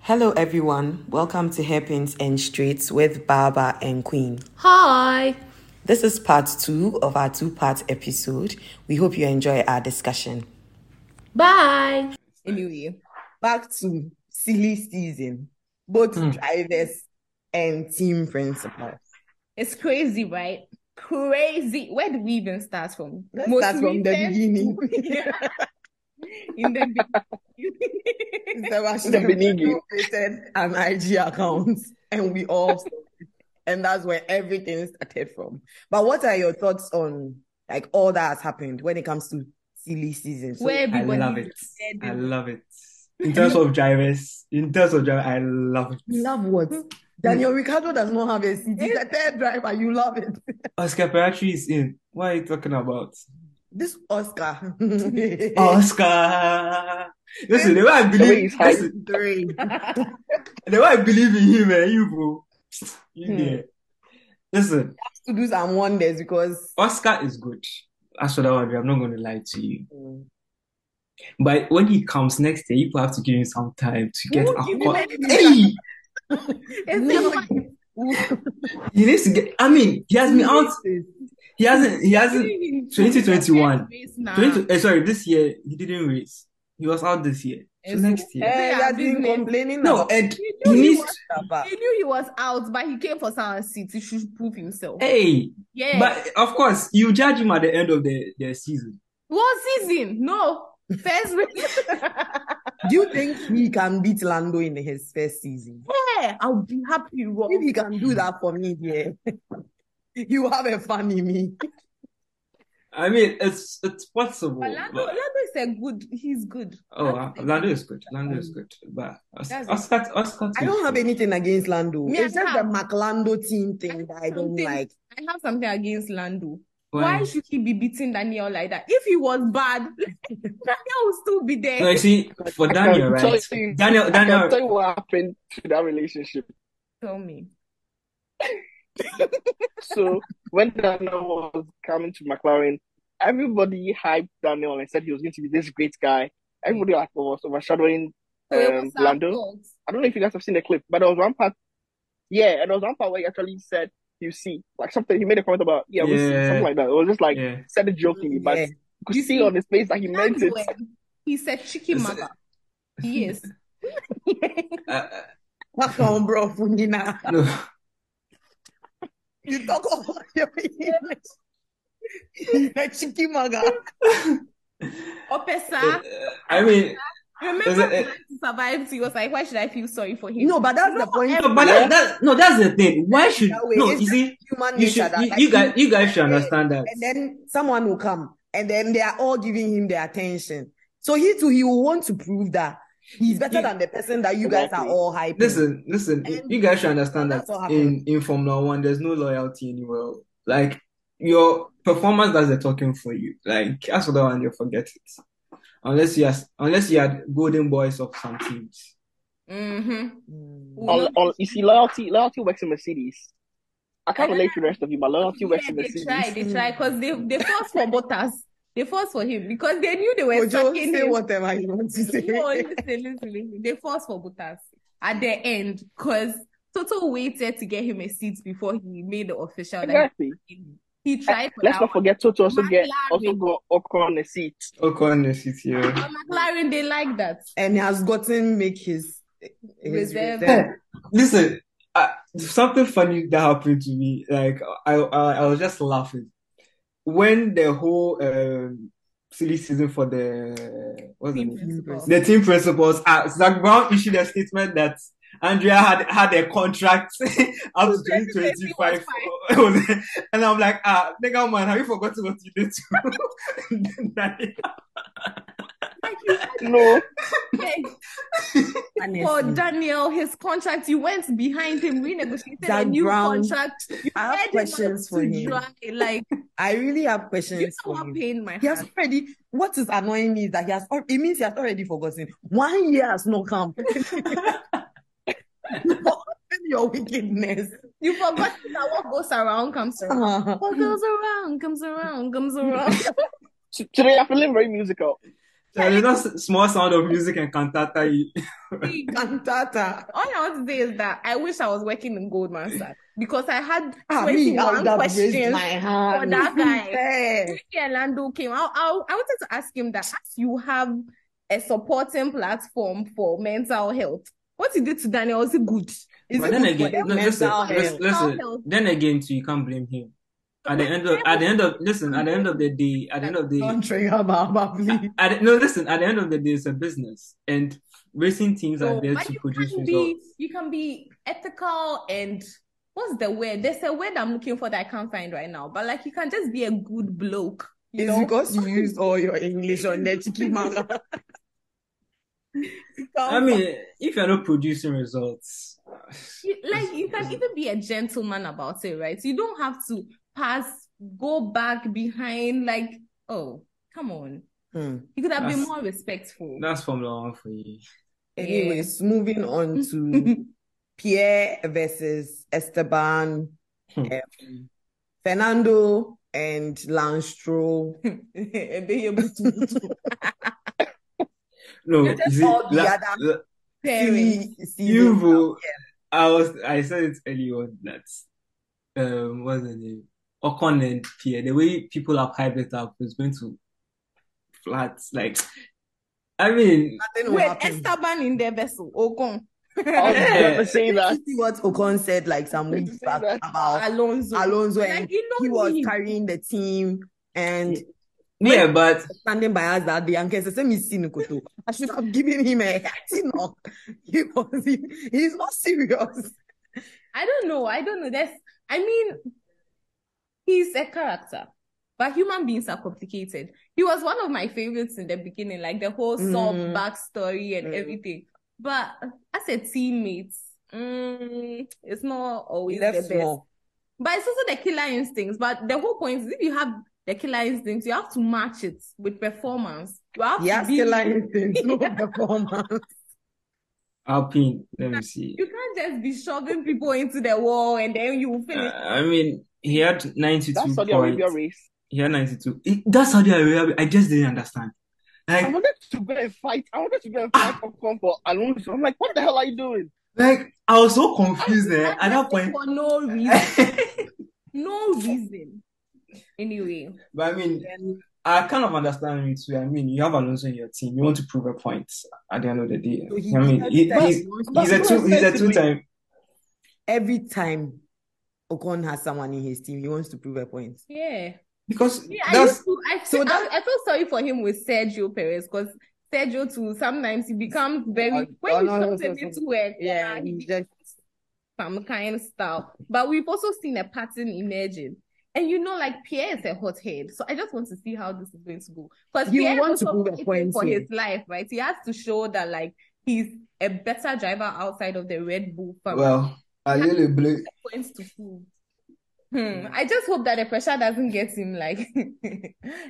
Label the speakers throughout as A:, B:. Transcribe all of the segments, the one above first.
A: Hello, everyone. Welcome to Hairpins and Streets with Baba and Queen.
B: Hi.
A: This is part two of our two part episode. We hope you enjoy our discussion.
B: Bye.
C: Anyway, back to silly season. Both
A: Hmm.
C: drivers and team principals.
B: It's crazy, right? Crazy. Where do we even start from?
C: Let's
B: Most
C: start from the
B: recent-
C: beginning.
B: In the beginning.
C: Mr.
A: The
C: Washington
A: beginning.
C: created an IG account and we all saw it. and that's where everything started from. But what are your thoughts on like all that has happened when it comes to silly season? So
B: Where
D: I
B: everybody
D: love it.
B: said
D: I
B: it.
D: love it. In terms of drivers, in terms of drivers, I love it.
C: you love what? Daniel Ricardo does not have a seat. He's a third driver. You love it.
D: Oscar Piastri is in. What are you talking about?
C: This Oscar.
D: Oscar! Listen, the way I believe, listen,
C: Three.
D: the way I believe in him, eh, you bro. You
C: Hmm.
D: there. Listen,
C: to do some wonders because
D: Oscar is good. That's what I want. I'm not going to lie to you. But when he comes next year, you have to give him some time to get
C: Who give
D: acquainted.
C: him
D: Hey!
B: It's
D: He needs to get, I mean, he has been out, he hasn't, he hasn't,
B: the-
D: 2021.
B: It's now.
D: 20,
C: Ah.
D: eh, sorry, this year he didn't race. He was out this year. So
B: It's-
D: next
C: Eh,
D: year.
C: he
B: They are
C: has been
B: business.
C: complaining
D: No,
C: about
D: and
B: You
D: he
B: knew he
D: needs.
B: was-
C: Shabba.
B: He knew he was out, but he came for some seat. He should prove himself.
D: Hey,
B: Yeah.
D: Eh, but of course, you judge him at the end of the, the season.
B: One season. No. First race.
C: Do you think he can beat Lando in his first season?
B: yeah. I'll be happy. Rob.
C: If he can do that for me, yeah. you have a fan in me.
D: I mean, it's it's possible.
B: But Lando,
D: but-
B: Lando is a good. He's good.
D: oh, uh,
B: Lando's a good-
D: Lando is good. Lando is good. But Os-
B: That's-
D: Oscar, Oscar,
C: I don't have anything against Lando.
B: Me,
C: it's
B: I
C: just
B: have.
C: the McLando team thing that I don't
B: Something-
C: like.
B: I have something against Lando.
D: Why?
B: Why should he be beating Daniel like that? If he was bad, Daniel would still be there.
D: No, you see, for
E: I can
D: Daniel,
E: tell
D: right?
E: you-
D: Daniel,
E: I can
D: Daniel,
E: tell you what happened to that relationship.
B: Tell me.
E: So when Daniel was coming to McLaren, everybody hyped Daniel and said he was going to be this great guy. Everybody like, was overshadowing
B: So it
E: um,
B: was our
E: Lando.
B: fault.
E: I don't know if you guys have seen the clip, but there was one part. Yeah, and there was one part where he actually said, "You see," like something. He made a comment about, "Yeah, we see,"
D: Yeah.
E: something like that. It was just like
D: yeah.
E: said it jokingly, but
C: Yeah.
E: you could see on his face that he meant it.
B: Lando, He's a chicken
D: It's-
B: mother. He is.
D: Uh, uh,
C: What on, bro, Funina?
D: no.
C: You talk all your English. He's a chicken maga. Ah.
B: Opesa.
D: Uh, I mean,
B: Oh, Remember
D: Is it- uh,
B: when he survived? He was like, why should I feel sorry for him?
C: No, but that's the point.
D: no, but that, that, no, that's the thing. Why should
C: That way,
D: no?
C: it's
D: You see,
C: human
D: you
C: nature
D: should,
C: that,
D: you,
C: like,
D: you guys, you guys should
C: Yeah.
D: understand that.
C: and then someone will come and then they are all giving him their attention so he too he will want to prove that he's better
D: You-
C: than the person that you guys are
E: Exactly.
C: all hyping
D: Listen, listen,
C: And-
D: you guys should understand
C: That's
D: that
C: what
D: in, in Formula One, there's no loyalty anywhere. Like, your performance does the talking for you. Like, that's what I want you to forget it. Unless you are, unless you had golden boys of some teams.
B: Mm-hmm.
C: Mm.
E: On, on, you see, loyalty, loyalty works in Mercedes. I can't relate to the rest of you, but loyalty works
B: Yeah,
E: in
B: they
E: Mercedes.
B: try, they try, because they, they forced for Bottas. They forced for him because they knew they were
C: Ojo,
B: sucking
C: say
B: him.
C: whatever you want to say
B: No, listen, listen, listen. They forced for Bottas at the end because Toto waited to get him a seat before he made the official. that
E: Exactly.
B: he- he tried for
E: Let's
B: that
E: not forget Toto also get
B: McLaren.
E: also got Ocon a seat.
D: Ocon is it here.
B: one. But McLaren, they like that.
C: and has gotten make his his
B: Reserve.
C: reserve.
D: Listen, uh, something funny that happened to me. Like, I, I, I was just laughing when the whole um, silly season for the what's the
B: Team
D: name?
B: principal.
D: The team principals, uh, Zach Brown issued a statement that Andrea had had a contract up to 2025. and I'm like, ah, nigga, man, have you forgotten what you did to
E: No,
B: For
C: Honestly.
B: Daniel, his contract, you went behind him, renegotiated a
C: Zach
B: new
C: Brown,
B: contract. You
C: I have
B: had him
C: questions
B: out
C: for
B: to
C: him.
B: dry, Like,
C: I really have
B: you
C: questions
B: know
C: for
B: what
C: him.
B: pain my
C: He has
B: heart.
C: already. What is annoying me is that he has. al- It means he has already forgotten. One year has not come. Forgotten your wickedness.
B: You forgot that what goes around comes around.
C: Uh-huh.
B: What goes around comes around comes around.
E: T- today I'm feeling very musical.
D: There's no s- small sound of music and cantata. you-
B: See,
C: Cantata.
B: All I want to say is that I wish I was working in Goldman Sachs because I had
C: Ah, me, I
B: 21
C: would have raised
B: questions
C: my hand.
B: for that guy.
C: Eh.
B: Yeah, Lando came. I, I, I wanted to ask him that as you have a supporting platform for mental health, what you did to Daniel is it good?
C: Is
D: But
C: it
D: then
C: good for
D: again,
C: their
D: no, listen,
C: mental
D: lis-
C: health?
D: listen,
B: Mental health.
D: Then again, too, you can't blame him. At the end of, at the end of, listen, at the end of the day, at the end of the
C: Don't trigger Baba, please.
D: at the- no, listen, at the end of the day, it's a business, and racing teams are
B: So,
D: there
B: but
D: to
B: you
D: produce
B: can
D: results.
B: be you can be ethical and what's the word? There's a word I'm looking for that I can't find right now. But like you can just be a good bloke, you
C: It's
B: know.
C: because you used all your English on that chicken manga. Oh,
D: I mean, if you're not producing results,
B: You- like you can even be a gentleman about it, right? You don't have to pass, go back behind, like, oh, come on.
C: Hmm.
B: You could have been
D: That's-
B: more respectful.
D: that's Formula One for you.
C: Anyways, moving on to Pierre versus Esteban,
D: Hmm.
C: um, Fernando, and Lance Stroll.
B: And they able to
D: No,
C: You just
D: you see,
C: all the
D: la-
C: other-
D: la-
B: parents.
C: Silly,
D: you
C: silly.
D: will- I was, I said it earlier on that, um, what's the name? Ocon and Pierre, the way people have hyped it up is going to flat. Like, I mean,
C: Nothing will
B: Wait,
C: happen.
B: Esteban in their vessel. Ogon.
E: I was
D: Yeah.
E: gonna say
C: Did
E: that.
C: you see what Ocon said like some
E: Did you
C: weeks
E: see
C: back
E: that?
C: about
B: Alonso.
C: Alonso
B: Like,
C: and
B: you know
C: he was
B: me.
C: carrying the team and
D: yeah, but
C: standing by us that day. And Kesa said, "Me see Nkoto. I should have given him a head knock. He was he, he's not serious.
B: I don't know. I don't know. That's, I mean, he's a character, but human beings are complicated. He was one of my favorites in the beginning, like the whole soft
C: Mm.
B: backstory and
C: Mm.
B: everything. But as a teammate, mm, it's not always
C: He
B: the
C: left
B: best.
C: small.
B: But it's also the killer instincts. But the whole point is if you have the killer instincts, you have to match it with performance. You have
C: He
B: to
C: has
B: be,
C: still anything, no performance.
D: Alpine, let me see.
B: you can't just be shoving people into the wall and then you
D: Uh,
B: finish.
D: I mean, he had 92
E: That Saudi Arabia
D: points.
E: race.
D: He had 92. It, that's Saudi Arabia. I just didn't understand.
E: I
D: Like,
E: wanted to go and fight. I wanted to go and fight Popcorn for Alonso. I'm like, what the hell are you doing?
D: like I was so confused eh, at that
B: Aggressive
D: point.
B: for no reason. No reason. Anyway.
D: But I mean, I kind of understand you too. I mean, you have Alonso in your team. You want to prove a point at the end of the day.
C: So he
D: I mean,
C: did
D: he-
C: that.
D: he's,
C: He wants to
D: he's a
C: prove
D: two he's a
C: a point.
D: two time.
C: Every time Ocon has someone in his team, he wants to prove a point.
B: Yeah.
D: Because
B: Yeah, I
D: that's
B: used to. I
C: So
B: feel,
C: that-
B: I, I feel sorry for him with Sergio Perez because Sergio too sometimes he becomes very
C: Oh,
B: when you
C: no, no,
B: shove
C: so-
B: him
C: so-
B: into a
C: Yeah,
B: corner, he
C: he
B: becomes
C: just
B: some kind of style. But we've also seen a pattern emerging, and you know, like Pierre is a hot head, so I just want to see how this is going to go because
C: You
B: Pierre
C: want
B: is
C: to
B: also
C: prove a
B: fighting
C: point
B: for
C: here.
B: his life, right? He has to show that like he's a better driver outside of the Red Bull family.
D: well, I really believe
B: points to prove. Hmm. I just hope that the pressure doesn't get him like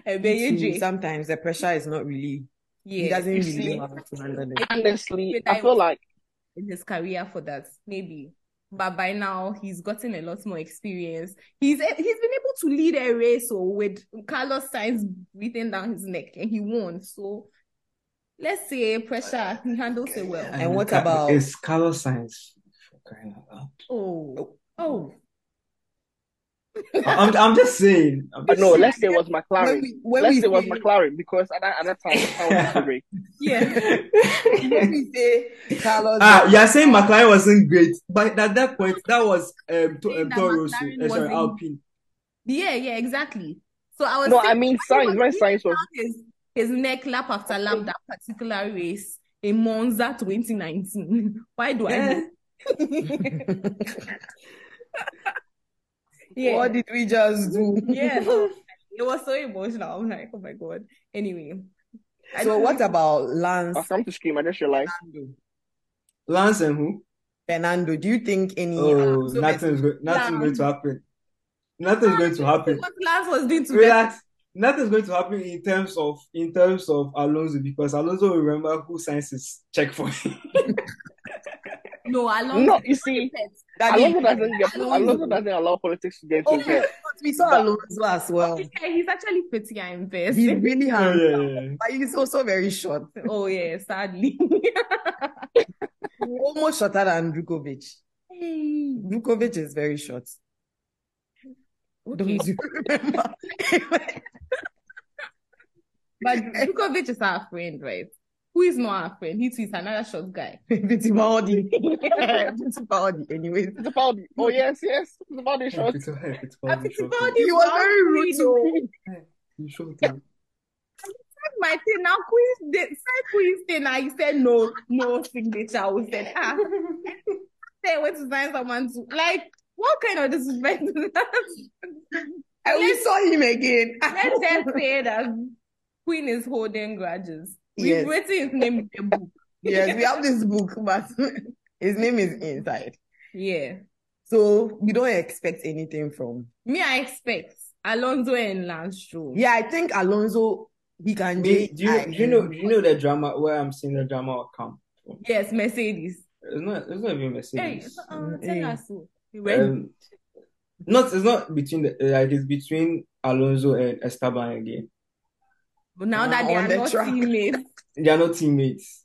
B: a
C: Me too.
B: bit
C: Sometimes the pressure is not really, he
B: yeah
C: doesn't
E: You
C: really
E: see?
C: know how to handle it.
E: Honestly,
B: But
E: I
B: I-
E: feel like
B: in his career for that maybe but by now he's gotten a lot more experience he's he's been able to lead a race or with Carlos Sainz breathing down his neck and he won so let's say pressure he handles it well
D: I mean,
C: what
D: Ca-
C: about-
D: it's Carlos Sainz? For crying out loud.
B: oh oh
D: I'm I'm just saying. I'm
E: but
D: just
E: no,
D: saying.
E: let's say it was
C: When
E: McLaren.
C: we, when
E: let's
C: we
E: say it was
C: say,
E: McLaren because at that, at that time McLaren was great.
B: yeah
C: when we say Carlos,
D: Ah, you are saying McLaren wasn't great, but at that point, that was um, to,
B: Saying
D: um
B: that
D: Toro Rosso,
B: McLaren
D: uh, sorry,
B: wasn't-
D: Alpine.
B: yeah yeah exactly so I was
E: No,
B: saying
E: I mean
B: when he was
E: science. When
B: breathing
E: science was
B: down his his neck lap after lap that particular race in Monza 2019 why do I know?
D: Eh,
B: yeah
C: what did we just do?
B: Yeah, no, it was so emotional. I'm like, oh my god. Anyway, I
C: So
B: don't
C: what about Lance
E: I come to scream, I just realized.
C: Fernando?
D: Lance and who?
C: Fernando, do you think any? um,
D: Oh,
C: so
D: nothing's go- nothing's going to happen. Nothing's going to
B: know
D: happen.
B: what Lance was doing to them.
D: Relax. Nothing's going to happen in terms of in terms of Alonso because Alonso will remember who signs his check for him.
B: No, Alonso.
E: No, you see,
B: Pets.
C: Daddy,
E: Alonso doesn't get
B: Alonso.
E: Alonso doesn't allow politics to get into his
B: Okay,
E: head.
C: We saw Alonso as well.
B: Yeah, he's actually pretty and best.
C: He's really
D: Yeah,
C: handsome,
D: yeah, yeah.
C: but he's also very short.
B: oh yeah, sadly.
C: Almost shorter than Drukovic.
B: hey.
C: Vukovic is very short.
B: Okay.
C: Don't you remember?
B: But Dukovic is our friend, right? Who is not our friend? He too is another short guy.
C: Fittipaldi. Fittipaldi. Anyway,
E: The Baldi. Oh yes, yes. The Baldi
D: Yeah,
E: shot.
D: it's all right, it's
B: And
D: fine, it's okay.
B: Fittipaldi
C: he was
B: our
C: very rude
B: friend,
C: to
B: oh.
C: me.
D: It's okay.
B: That's my thing. Now Queen they said Queen's thing. I said no, no signature. We said ah. Say went to sign someone to like what kind of disrespect is that?
C: And we saw him again.
B: Let's just say that Queen is holding grudges. We've
C: Yes.
B: written his name in the book.
C: yes, we have this book, but his name is inside.
B: Yeah.
C: So we don't expect anything from.
B: Me, I expect Alonso and Lance Stroll.
C: Yeah, I think Alonso, he can
D: Do you,
C: do.
D: do you, do you know do you know the drama where I'm seeing the drama will come from?
B: Yes, Mercedes.
D: It's not it's not even
B: Hey,
D: Mercedes.
B: uh, tell
C: Mm, Hey.
B: us who. When-
D: Um, not it's not between the like it's between Alonso and Esteban again.
B: now that they
C: on
B: are
C: the
B: not
C: track.
B: teammates,
D: They are not teammates.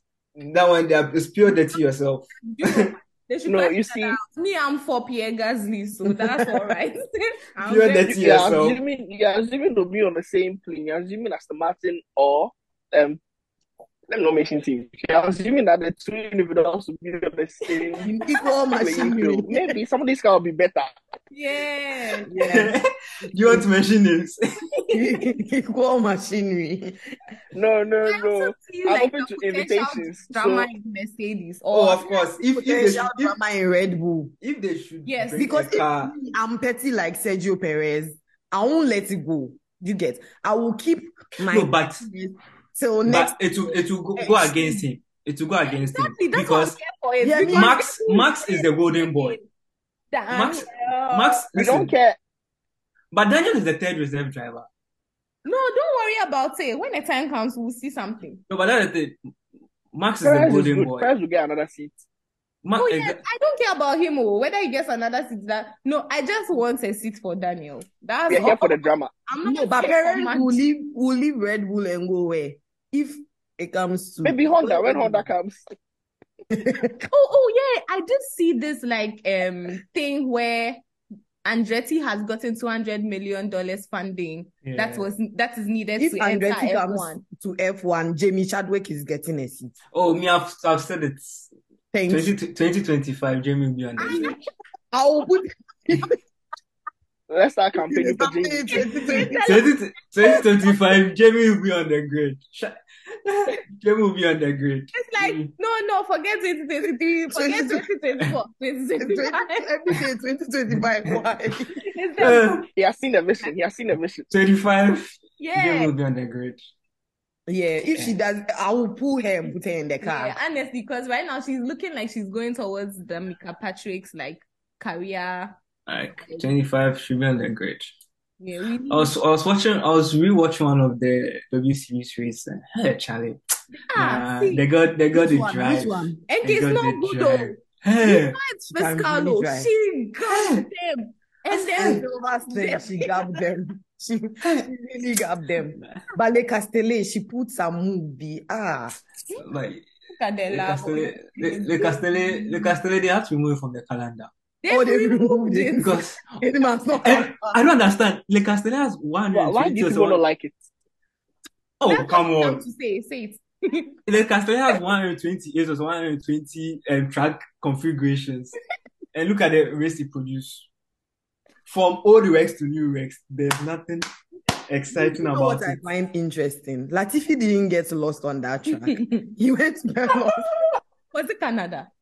D: That one they are it's pure dirty yourself.
B: you know, they should
E: No,
B: class
E: you
B: each other
E: see,
B: out. Me, I'm for Pierre Gasly, so that's all right. I'm
D: Pure
B: very-
D: dirty
E: you- you're
D: yourself.
E: assuming you're assuming they'll be on the same plane. You're assuming Aston Martin or um let me not mention teams. You're assuming that the two individuals will be on the same
C: In equal
E: playing field.
C: machinery.
E: Maybe some of these guys will be better.
B: yeah.
C: Yeah.
D: Do you want to mention names?
C: equal machinery.
E: No, no,
B: I also
E: no.
B: feel
E: I'm
B: like
E: open
B: the
E: to
B: potential
E: invitations,
B: drama
E: so-
B: in Mercedes.
D: Oh,
B: Or
D: of course. If if they should
C: Potential
D: if,
C: drama in Red Bull.
D: if they should
B: Yes,
D: bring
C: Because
D: a
C: if
D: car,
C: me, I'm petty like Sergio Perez, I won't let it go. You get? I will keep my
D: no, but
C: pettiness till next.
D: but it will it will go, go against him. It will go against him
B: Exactly, that's
D: because
B: what I'm here for.
C: Yeah,
B: Is because
C: me-
D: Max Max is the golden boy.
B: Damn.
D: Max-
B: Uh,
D: Max,
E: We
D: listen,
E: don't care.
D: but Daniel is the third reserve driver.
B: No, don't worry about it. When the time comes, we'll see something.
D: No, but that's the thing. Max is the
E: Perez is
D: golden
E: good.
D: boy.
E: Perez will get another seat.
D: Max
B: Oh
D: is
B: yeah,
D: the-
B: I don't care about him or whether he gets another seat. That no, I just want a seat for Daniel. That's
E: We are
B: all.
E: here for the drama.
B: I'm
C: No,
B: not
C: but
B: here for
C: Perez
B: Max.
C: will leave, will leave Red Bull and go where? If it comes to
E: Maybe Honda when Honda comes.
B: Oh, oh yeah, I did see this like um thing where Andretti has gotten two hundred million dollars funding that
D: Yeah.
B: was that is needed
C: if
B: to enter
C: Andretti comes
B: F1.
C: to F1, Jamie Chadwick is getting a seat.
D: Oh, me, I've, I've said it.
C: Thank you.
D: 20, 2025, Jamie will be on the bench.
C: I'll put
E: Let's start campaigning for
C: something
E: Jamie.
C: in 2020.
D: 20, 2025, Jamie will be on the grid. Sh- Jamie will be on the grid. Mm.
B: It's like no, no, forget 2023, forget 2024, 2025.
C: Everything 2025. Why?
B: It's like,
D: Uh,
E: He has seen the vision. He has seen the vision.
D: 25, Jamie
B: yeah,
D: will be on the grid.
C: Yeah, if she does, I will pull her and put her in the car.
B: yeah, honestly, because right now she's looking like she's going towards the Mika Patrick's like career.
D: Like, 25 should be on the grid.
C: Oh,
B: Yeah, we need
D: I was, I was watching, I was rewatching one of the W series race. and, Hey, Charlie.
B: ah,
D: Nah,
B: see,
D: they got, they got
C: Which
D: the
C: one?
D: drive.
C: Which one?
B: and
D: They
B: it's
D: got
B: not
D: the
B: good
D: drive.
B: though.
D: Hey.
B: It's
C: Can
B: fiscal
C: really
B: though.
C: drive.
B: She got them, and then
C: Silver's thing,
B: them.
C: she grabbed them. She, she really grabbed them. Ballet Castellet, she put some movie. Ah,
D: Like,
B: look at their
D: Le
B: lab.
D: Castellet, Le, Le Castellet, Le Castellet, they have to remove it from the calendar
B: They've
C: oh, they
B: removed
C: removed
B: it.
C: it.
D: because
C: It must not
D: and
C: come.
D: I don't understand. Le Castellet has
E: Why, why
D: 120
E: do
D: years
E: people not
D: old.
E: like it?
D: Oh,
B: That's what
D: come
B: you have
D: on.
B: to say. Say it.
D: Le Castellet has 120 years, 120 um, track configurations. And look at the race he produced. From old Rex to new Rex, there's nothing exciting
C: You know what
D: about
C: I
D: it.
C: find interesting? Latifi didn't get lost on that track. He went to
B: Was it Canada?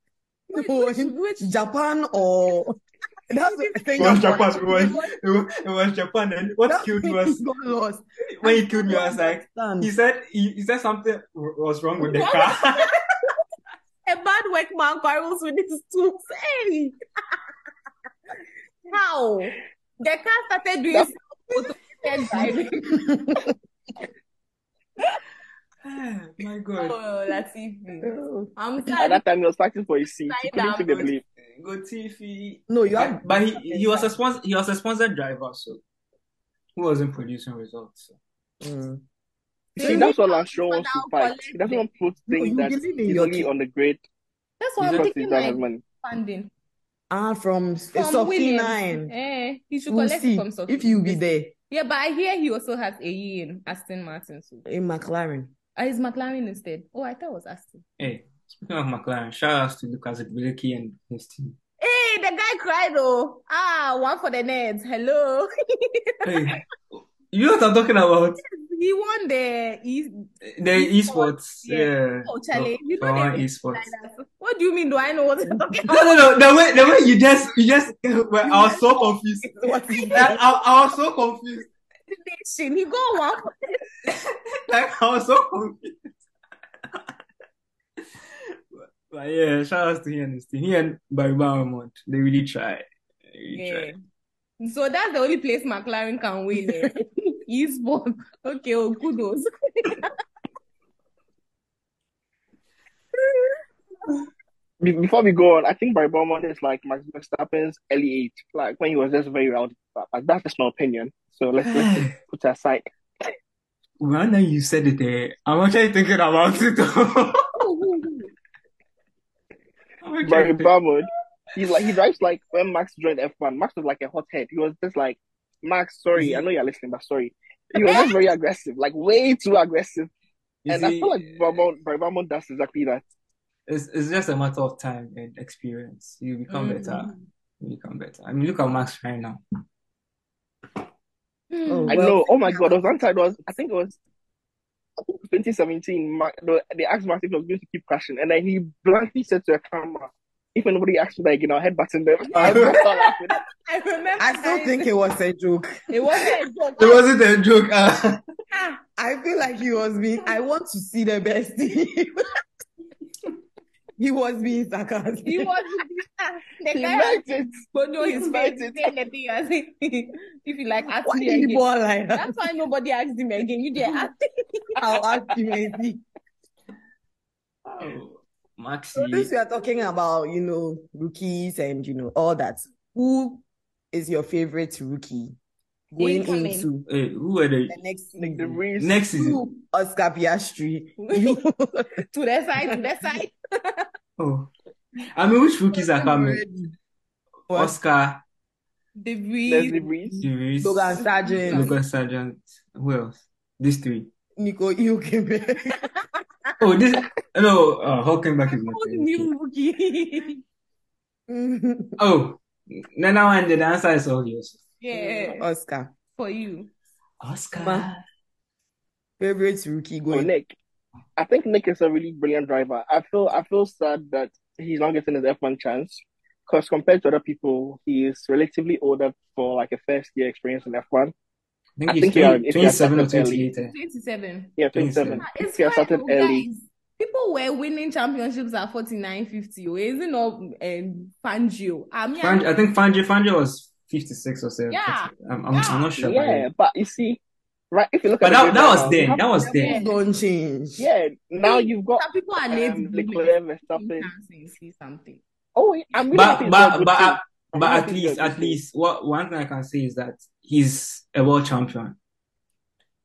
C: Oh,
B: Which, which,
C: Bellows,
B: which
C: Japan, or that's the
D: It
C: thing.
D: was
C: about-
D: Japan. It was, it was, it was Japan. And what
C: That's
D: killed
C: when
D: was
C: he got lost.
D: when he killed me, I was like,
C: Understand.
D: He said he, he said something w- was wrong with the
B: What
D: car.
B: a bad workman quarrels with his tools. Hey, how the car started doing
E: That-
B: automated driving.
D: My God,
B: Oh, Latifi. I'm
E: At
B: sad.
E: that time, he was fighting for his seat. He
B: Sign
E: couldn't
B: up.
E: take the blame.
D: Gotifi.
C: No, you
D: But,
C: have
D: but he he was a sponsor he was a sponsored driver, so who wasn't producing results.
C: Mm.
B: So
E: See,
B: you
E: that's what
B: have
E: Lanshaw wants to
B: people now
E: fight. He doesn't want to put
C: No,
E: things
C: you
E: that's
C: believe in your
E: easily
C: kid.
E: on the grid.
B: That's
E: He
B: why I'm
E: just
B: thinking
E: doesn't have
B: like
E: money.
B: funding
C: Ah, from S-
B: from
C: Sophie
B: Williams.
C: Nine.
B: Eh, he should
C: We'll
B: collect
C: see
B: from Sophie.
C: if you be there
B: Yeah, but I hear he also has a year in Aston Martin. So
C: in McLaren.
B: uh, is McLaren instead? Oh, I thought it was Aston.
D: Hey, speaking of McLaren, shout out to Lucas Bilecki and his team.
B: Hey, the guy cried oh ah one for the Neds. Hello,
D: Hey, you know what I'm talking about?
B: he won the E. East.
D: The esports,
B: Yeah.
D: yeah.
B: Oh, Charlie, you
D: For
B: know
D: one
B: they-
D: esports.
B: What do you mean? Do I know what you're talking
D: No, no,
B: about?
D: no. The way, the way you just, you just, well, I was so confused.
C: What is
D: That
C: that?
D: I, I was so confused.
B: Nation, he go one. for-
D: Like I was so confused. But, but yeah, shout out to him and his team. He and Bariba Ramond, they really try. They really
B: Yeah.
D: try.
B: Eh. So that's the only place McLaren can win. eh? Eastbourne. Okay, oh, kudos.
E: Be- Before we go on, I think Barry Bowman is like Max Verstappen's early age, like when he was just very rowdy. But, but that's just my opinion. So let's let's just put it aside.
D: Well, now you said it, eh, I'm actually thinking about it. I'm actually
E: Barry
D: thinking-
E: Bowman, he's like he drives like when Max joined F1. Max was like a hothead. He was just like, Max, sorry, I know you're listening, but sorry. He was just very aggressive, like way too aggressive.
D: You
E: and I
D: see,
E: feel like Barry Bowman does exactly that.
D: it's, it's just a matter of time and experience. You become better. You become better. I mean, look at Max right now.
B: Hmm.
C: Oh
E: I
C: well,
E: know. Oh my God, there was one time. It was I think it was 2017. Ma- the- They asked Martin if he was going to keep crashing, and then he bluntly said to a camera, "If anybody asks me that again, I'll headbutton them." I was just all laughing.
B: I remember.
C: I still
B: that.
C: think it was a joke.
B: it wasn't a joke.
D: It wasn't a joke. ah.
B: Ah,
C: I feel like he was being. I want to see the best. he was being sarcastic.
B: he was. ah, the
E: He
B: guy
E: meant it.
B: But no,
E: He
B: his
E: meant
B: face
E: it.
B: saying the thing as if if you like ask
C: Why
B: me
C: did
B: again.
C: people are like that?
B: That's why nobody asked him again. You did ask
C: I'll ask him and see.
D: Oh,
C: So
D: Maxi.
C: this we are talking about, you know, rookies and you know all that. Who is your favorite rookie going
B: Incoming.
C: into
D: Hey, who were the
C: the next
E: Like the
C: season?
E: reason.
D: next season?
C: You, Oscar Piastri. You,
B: to the side, to the side.
D: Oh, I mean, which rookies are coming?
C: What?
D: Oscar,
B: The breeze.
E: Leslie Breeze.
D: Lewis,
C: Logan Sargent,
D: Logan Sargent. Who else? These three.
C: Nico Hülkenberg.
D: Oh, this. No, uh, Hulkenberg is not
B: Old
D: a rookie.
B: new rookie.
D: Oh, no, no, and the answer is obvious.
B: yeah,
C: Oscar,
B: for you.
D: Oscar.
C: Ma. favorite rookie
E: Oh,
C: going.
E: Nick. I think Nick is a really brilliant driver. I feel I feel sad that he's not getting his F1 chance because compared to other people, he is relatively older for like a first year experience in F1.
D: I think
E: I
D: he's
E: think
D: 20
E: yeah, if you had
D: 27 or
E: started early.
D: 28. eh?
B: 27.
E: Yeah,
D: 27.
E: 27.
B: Ah,
E: If
B: It's
E: you had
B: fine,
E: started
B: oh,
E: early,
B: guys. People were winning championships at 49, 50. Or is it not um, Fangio? I mean, I
D: Fang- I think Fangio Fangio was 56 or 7.
B: Yeah.
D: I'm, I'm, I'm not sure. about
E: yeah.
D: it.
E: But you see, right? If you look
D: But
E: at the
D: that,
E: grid
D: that
E: right
D: was
E: now, you
D: then.
E: have
D: That was
B: Yeah.
D: then.
C: People don't change.
E: yeah. Now
B: See,
E: you've got
B: some people are lazy
E: um
B: women.
E: Leclerc,
B: See
E: Verstappen.
B: something, see something.
E: Oh, yeah, I'm really happy
D: But but
E: he's got a good
D: but
E: team.
D: at-
E: I'm
D: but
E: really
D: at
E: happy he's
D: least
E: got a good
D: at
E: team.
D: least what one thing I can say is that he's a world champion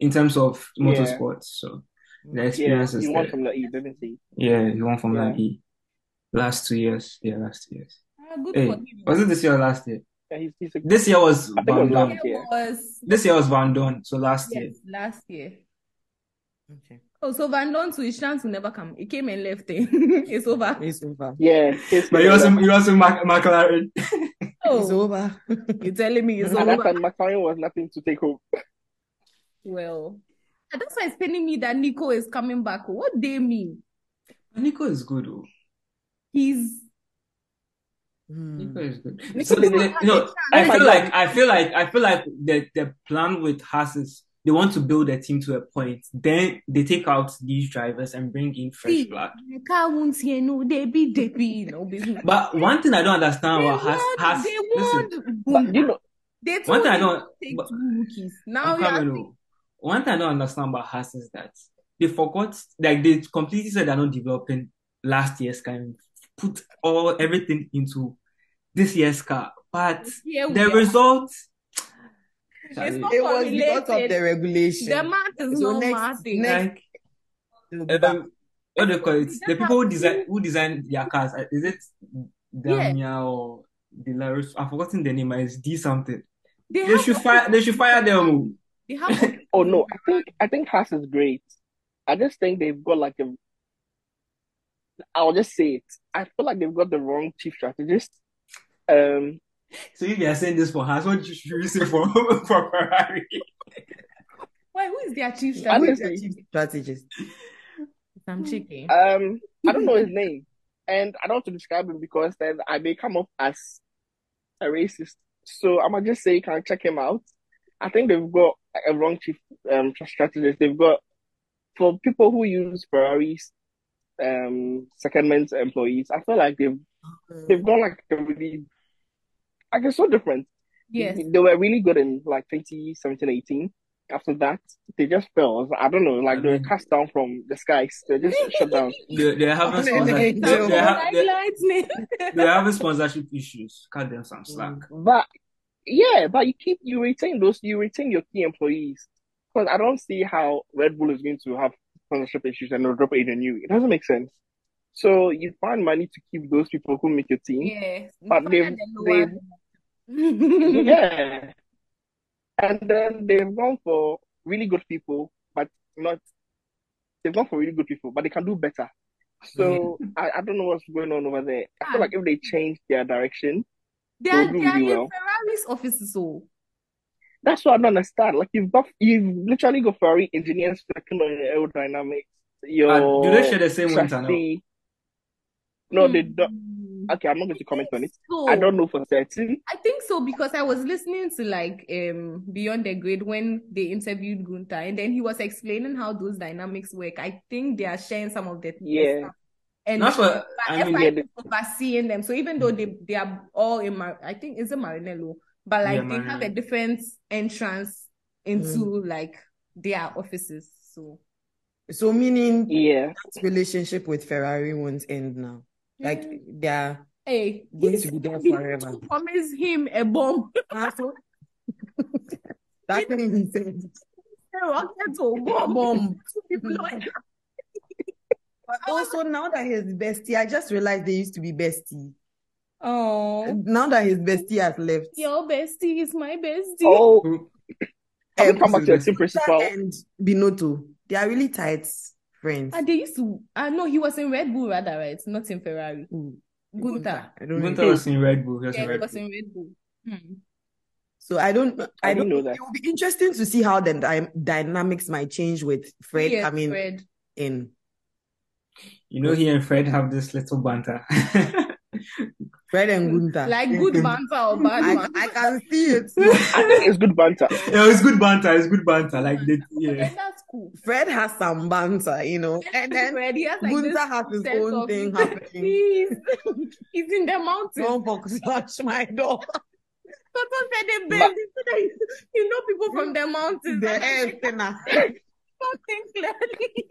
D: in terms of
E: Yeah,
D: motorsports. So the
E: yeah.
D: experience
E: He
D: is
E: won
D: there.
E: from the E, didn't he?
D: Yeah, he won from
E: Yeah,
D: that E last two years. Yeah, last two years.
B: Ah, good for
D: Hey,
B: him.
D: was it this year or last year?
E: yeah. He's he's a
D: This year was
E: I think it
D: Van
E: was last
D: Dorn.
B: It
E: year.
B: was
D: This year was Van Dorn. So last year.
B: yes, last year.
C: Okay.
B: Oh, so Van Don to his chance will never come. He came and left. eh? it's over.
C: It's over.
E: Yeah, his
D: But he
E: came
D: was in,
E: left.
D: he was in Mac- McLaren.
C: It's
B: Oh,
C: over.
B: you're telling me it's
E: At that
B: over.
E: time, McLaren was nothing to take home.
B: Well, and that's why it's paining me that Nico is coming back. oh. What they mean?
D: Nico is good. Oh.
B: He's
D: Nico
C: Hmm.
D: is good.
E: Nico
D: So
E: did
D: the,
E: it.
D: you know,
E: Oh
D: I
E: my
D: feel
E: God.
D: like I feel like I feel like the the plan with Haas is they want to build a team to a point. Then they take out these drivers and bring in fresh
B: see
D: blood.
B: the car won't hear no they be they be no business.
D: But one thing I don't understand
B: They
D: about Haas
B: won
D: Haas
B: they
D: listen
B: won
E: But you
B: Bunda.
E: know,
B: They
D: one
B: told
D: thing I
B: him
D: don't
B: to take
D: but
B: two rookies. Now
D: I'm
B: you are
D: coming
B: saying
D: oh. one thing I don't understand about Haas is that they forgot like they completely said they're not developing last year's car and put all
B: Oh,
D: everything into this year's car. But
B: here
D: the
B: we are.
D: result
B: It's not
C: It was because of the
B: correlated.
C: regulation.
B: The math is
C: So
B: not
C: next-
B: mathing.
C: next-
D: Like,
C: So back-
D: um, what do you call it?
B: Just
D: The people who
B: have
D: design who design their cars. uh, Is it
B: Yeah.
D: Damia or Delaris? I've forgotten the name. but It's D something.
B: They
D: They
B: have
D: should fire. They should fire them.
B: They have
E: Oh no, I think I think Haas is great. I just think they've got like a. I'll just say it. I feel like they've got the wrong chief strategist. Um,
D: So if you are saying this for Haas, what should you say for for Ferrari?
B: Why? Who is their chief
E: I
C: who
E: don't
C: is
B: strategist?
C: the
E: honestly-
C: chief strategist?
B: I'm chicken.
E: um, I don't know his name, and I don't want to describe him because then I may come up as a racist. So I'm gonna just say you can check him out. I think they've got a wrong chief um strategist. They've got for people who use Ferraris, um, secondment employees. I feel like they've they've gone like a really like it's so different.
B: Yes.
E: They were really good in like 2017, 18. After that, they just fell. I don't know, like they were
D: Mhm.
E: cast down from the skies. They just shut down.
D: They they haven't sponsored.
C: They-
D: They,
B: Sounds
D: they, ha-
B: like
D: they,
B: lightning.
E: Hmm?
D: they are having sponsorship issues. Cut them some slack.
E: But yeah, but you keep you retain those you retain your key employees because I don't see how Red Bull is going to have sponsorship issues and they'll drop Aiden New. It doesn't make sense. So you find money to keep those people who make your team,
B: Yes.
E: but
B: Fire
E: they've
B: the lower
E: they've yeah. And then they've gone for really good people, but not they've gone for really good people, but they can do better. So I, I don't know what's going on over there. I feel like if they change their direction,
B: They are,
E: They'll do
B: they are
E: really
B: in
E: well.
B: Ferrari's offices, so
E: that's what I don't understand. Like you've got you've literally got Ferrari engineers working on your aerodynamics,
D: Uh,
E: your
D: do they share the same winter now?
E: chassis. No, they don't.
B: Hmm. Oh.
E: Okay, I'm not going to comment on it.
B: So
E: I don't know for certain.
B: I think so because I was listening to like um Beyond the Grid when they interviewed Gunther and then he was explaining how those dynamics work. I think they are sharing some of the
E: Yeah.
B: stuff. And
D: That's what
B: but
D: I mean.
B: FIA
E: yeah,
B: is overseeing them. So even though they, they are all in, Mar- I think it's a Marinello, but like
D: Yeah,
B: they have a
D: Marinello.
B: different entrance
C: Mm.
B: into like their offices. So
C: So meaning
E: yeah.
C: that relationship with Ferrari won't end now. Like they're
B: hey,
C: going
B: he's
C: to be there
B: you
C: forever.
B: promise him a bomb.
C: Ah, so- that thing he said.
B: A rocket or bomb.
C: Bomb.
B: to be blown.
C: But also now that he's bestie, I just realized they used to be bestie.
B: Oh,
C: Now that his bestie has left,
B: your bestie is my bestie.
E: Oh,
D: Who-
E: have we
C: Um,
E: come back to your team
C: Gunther
E: principal?
C: and Binotto, they are really tight friends.
B: Ah, they used to. Ah, no, he was in Red Bull rather, right? Not in Ferrari.
C: Who?
B: Gunther.
C: Hmm. I don't know.
D: Gunther was in Red Bull. He was in
B: Yeah, he
D: Red
B: was
D: Bull.
B: in Red Bull. Hmm.
C: So I don't. I,
E: I
C: don't.
E: didn't know that.
C: It will be interesting to see how the dy- dynamics might change with Fred
B: Yeah,
C: coming
B: Fred.
C: in.
D: You know, he and Fred have this little banter.
C: Fred and Gunther.
B: Hmm. Like good banter or bad
C: I,
B: banter.
C: I can see it.
E: I think it's good banter.
D: Yeah, it's good banter. It's good banter. Like they, yeah.
B: Okay, that's cool.
C: Fred has some banter, you know, and then
B: Fred, he has like
C: Gunther
B: this
C: has his
B: sense
C: own
B: of-
C: thing happening.
B: He's, he's in the mountains.
C: Don't fuck slash my door.
B: Toto said they bend. You know people from the mountains.
C: The
B: I'm
C: air
B: like,
C: thinner.
B: I can't think clearly.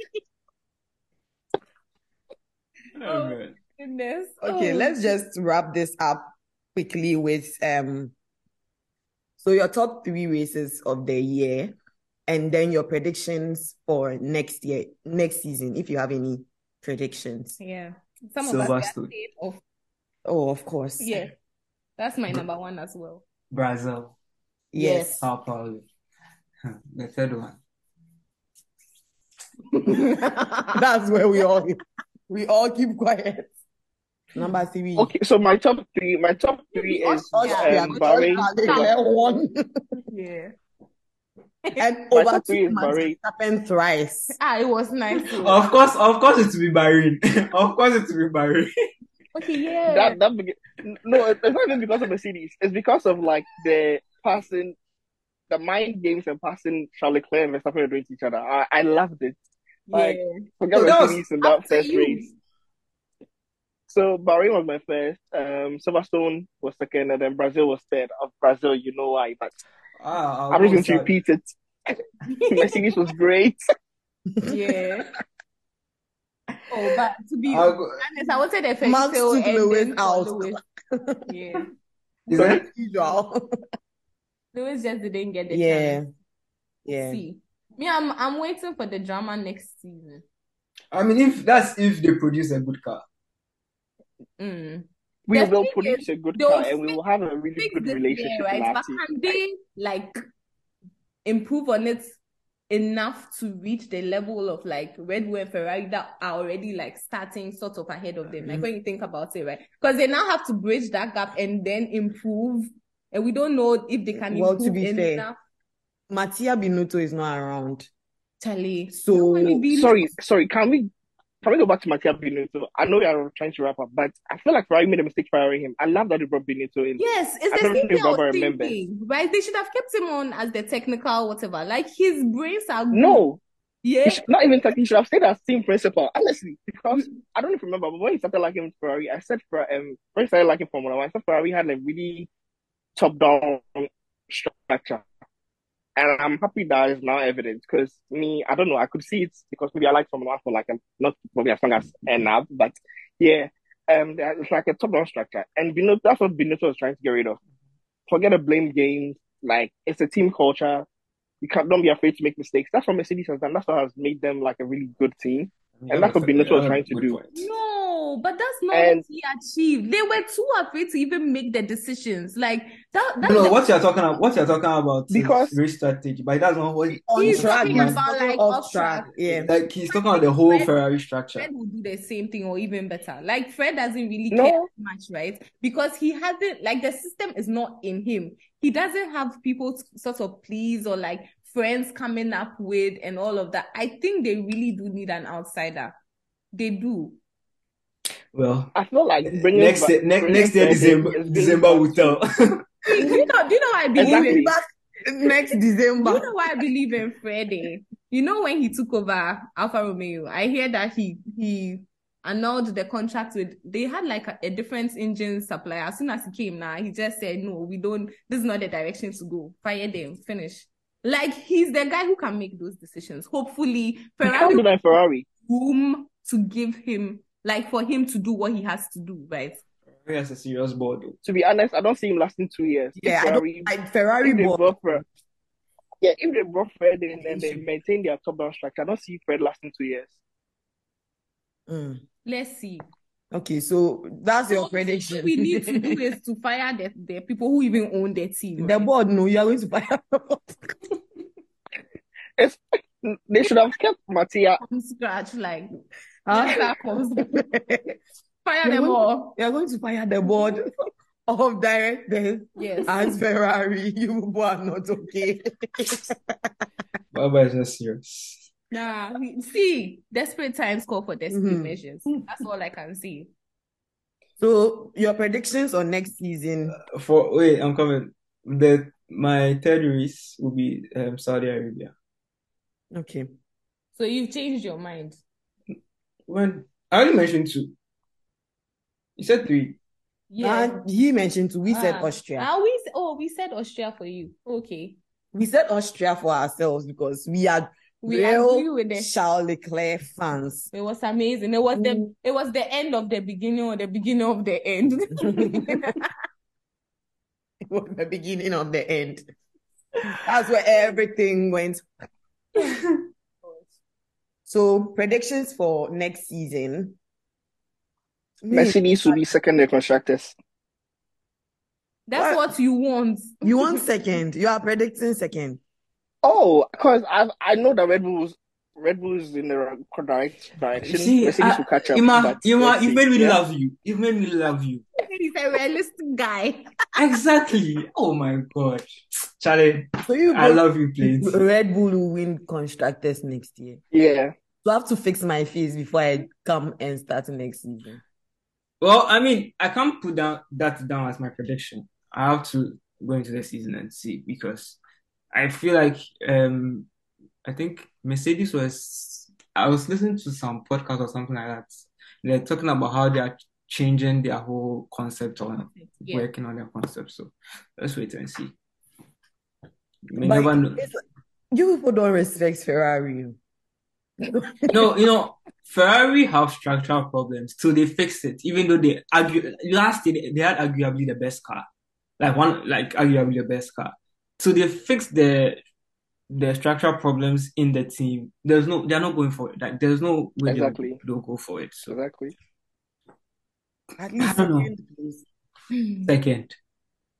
D: Oh, man.
B: Goodness.
C: Okay,
B: Oh.
C: let's just wrap this up quickly with um. So your top three races of the year, and then your predictions for next year, next season, if you have any predictions.
B: Yeah. Some of us we are
D: Silverstone.
B: scared of
C: Oh, of course.
B: yeah. That's my number one as well.
D: Brazil,
C: Yes.
D: Sao Paulo. Huh, The third one.
C: That's where we all we all keep quiet. Number three.
E: Okay, so my top three, my top three is
C: Austria,
E: um,
C: because
E: Bahrain.
C: Charlie Leclerc won.
B: Yeah.
C: and
E: My top
C: overtook
E: three is
C: Max
E: Bahrain.
C: Verstappen thrice.
B: Ah, it was nice. though.
D: Of course, of course, it will be Bahrain. of course, it will be Bahrain.
B: Okay, yeah.
E: That that beg- no, it's not even because of the series. It's because of like the passing, the mind games and passing Charles Leclerc and Verstappen are doing to each other. I, I loved it. Like,
B: yeah.
E: Forget
D: So
E: my
D: that was
E: series in
B: up
E: that
B: to
E: first
B: you.
E: race. So Bahrain was my first. Um, Silverstone was second, and then Brazil was third. Of Brazil, you know why? But
B: Oh,
D: Ah, of
E: I'm just going
D: course.
E: to repeat it. my series was great.
B: Yeah. Oh, but to be
D: I'll go-
B: honest, I wanted a fairy
C: Max
B: tale
C: took
B: ending
C: Lewis
B: for
C: out.
B: Lewis. Yeah.
D: Is
E: Sorry?
D: that-
C: Usual.
B: Lewis just didn't get the
C: yeah,
B: chance.
C: yeah.
B: See, me, I'm I'm waiting for the drama next season.
D: I mean, if that's if they produce a good car.
B: Mm.
E: We
B: The
E: will
B: thing
E: produce
B: is,
E: a good
B: they'll
E: car and we will have a really
B: Fix
E: good
B: this
E: relationship
B: year, right?
E: in our
B: But
E: team.
B: can they like improve on it enough to reach the level of like Red Bull and Ferrari that are already like starting sort of ahead of them?
E: Mm-hmm.
B: Like when you think about it, right? Because they now have to bridge that gap and then improve. And we don't know if they can
C: Well, to
B: improve
C: be fair,
B: enough.
C: Mattia Binotto is not around.
B: Charlie,
C: So
B: Don't be
E: Sorry, sorry, can we can we go back to Mattia Binotto? I know you're trying to wrap up, but I feel like Ferrari made a mistake firing him. I love that they brought Benito in.
B: Yes, it's
E: I
B: the
E: don't
B: same
E: know
B: thing
E: if
B: I was
E: Baba remembers.
B: thinking, right? They should have kept him on as the technical whatever. Like his brains are good.
E: No, he
B: Yeah.
E: should not even take, he should have stayed as team principal, honestly, because
B: Mm.
E: I don't even remember, but when he started liking Ferrari, I said for um when he started liking Formula One, I said Ferrari had a really top down structure. And I'm happy that is now evident because me, I don't know, I could see it because maybe I like Formula One for like um, not probably as long as enough, but yeah. Um there- it's like a top down structure. And Binotto that's what Binotto was trying to get rid of. Forget the blame game, like it's a team culture. You can't don't be afraid to make mistakes. That's what Mercedes has done. That's what has made them like a really good team.
D: I mean,
E: And
D: you
E: that's
D: have
E: what
D: a, you
E: Binotto was
D: have a
E: trying to
D: good
E: do.
D: point.
B: No, but that's not what
E: And
B: he achieved. They were too afraid to even make the decisions. Like that
D: No,
B: that's
D: no,
B: the
D: what you're talking about, what you're talking about is
E: because
D: race strategy, but that's not what
C: On
B: he's
D: he's
C: track,
B: talking
C: he's
D: he's
B: about
C: talking
B: like
C: off
B: off track.
C: track. Yeah.
D: like he's talking about the whole
B: Fred,
D: Ferrari structure.
B: Fred will do the same thing or even better. Like Fred doesn't really care
E: no,
B: as much, right? Because he hasn't like the system is not in him. He doesn't have people to sort of please or like friends coming up with and all of that. I think they really do need an outsider. They do.
D: Well,
E: I feel like bringing
D: next
E: Va-
D: next
E: bringing
D: next year
E: Fred in
D: December
E: is being
D: December
E: done
D: will
E: to
D: tell.
B: See, do you know? Do you know? I believe in
E: exactly.
C: December, next
B: Do you
C: December.
B: know why I believe in Freddie? You know when he took over Alfa Romeo, I hear that he he annulled the contract with they had like a, a different engine supplier. As soon as he came now, he just said, No, we don't this is not the direction to go. Fire them, finish. Like he's the guy who can make those decisions. Hopefully
E: You can't
B: Ferrari
E: do that in Ferrari.
B: room to give him like for him to do what he has to do, right?
D: Ferrari has a serious board. though.
E: To be honest, I don't see him lasting two years. If
C: Yeah, I don't
E: Ferrari,
C: like Ferrari
E: if they
C: board.
E: brought Fer, yeah, if they brought Fred in and they
C: issue.
E: maintain their top down structure, I don't see Fred lasting two years.
C: Mm.
B: Let's see.
C: Okay, so that's
B: So
C: your
B: what
C: prediction.
B: we need to do is to fire the, the people who even own their team,
C: the
B: right?
C: board, no, you are going to buy a board.
E: It's, they should have kept Mattia.
B: from scratch, like let's
C: Huh?
B: start from scratch. fire
C: You're
B: them
C: going,
B: all.
C: you're going to fire the board of directors
B: Yes.
C: as Ferrari. You people are not okay.
D: Baba is not serious.
B: Nah. we- See, desperate times call for desperate
C: Mhm.
B: measures. That's all I can see.
C: So your predictions on next season?
D: For wait, I'm coming. The my third race will be um, Saudi Arabia.
C: Okay.
B: So you've changed your mind.
D: When I only mentioned two. You said three.
B: Yeah.
C: And he mentioned too, we said
B: Ah.
C: Austria.
B: Ah, we s- oh we said Austria for you. Okay.
C: We said Austria for ourselves because we are
B: We agree
C: real
B: with it.
C: Charles Leclerc fans.
B: It was amazing. It was the
C: Mm.
B: it was the end of the beginning or the beginning of the end.
C: was the beginning of the end. That's where everything went. So predictions for next season. Me,
E: Mercedes will be second in constructors.
B: That's
C: what
B: what you want.
C: you want second? You are predicting second.
E: Oh, because I I know that Red Bull's Red Bull's in the right direct
D: You
E: direction.
D: see,
E: Mercedes
D: uh,
E: will catch up,
D: Ima,
E: but
D: Ima,
E: let's
D: you've
E: see.
D: made me
E: Yeah.
D: love you. You've made me love you.
B: He's a realistic guy.
D: Exactly. Oh my God. Charlie,
C: So you
D: I
C: both
D: love you plenty.
C: Red Bull will win constructors next year.
E: Yeah.
C: So I have to fix my face before I come and start next season.
D: Well, I mean, I can't put down that down as my prediction. I have to go into the season and see because I feel like um I think Mercedes was I was listening to some podcast or something like that. They're talking about how they are changing their whole concept or
B: Concept. Yeah.
D: working on their concept. So let's wait and see. We
C: But
D: never know.
C: it's, you people don't respect Ferrari.
D: No, you know, Ferrari have structural problems till they fix it. Even though they argue last year they had arguably the best car, like one like arguably the best car. So they fixed the the structural problems in the team. There's no they're not going for it. Like there's no way they'll-
E: Exactly.
D: they'll go for it. So
E: Exactly.
C: At
D: I
C: least
D: don't know.
C: second place.
D: second.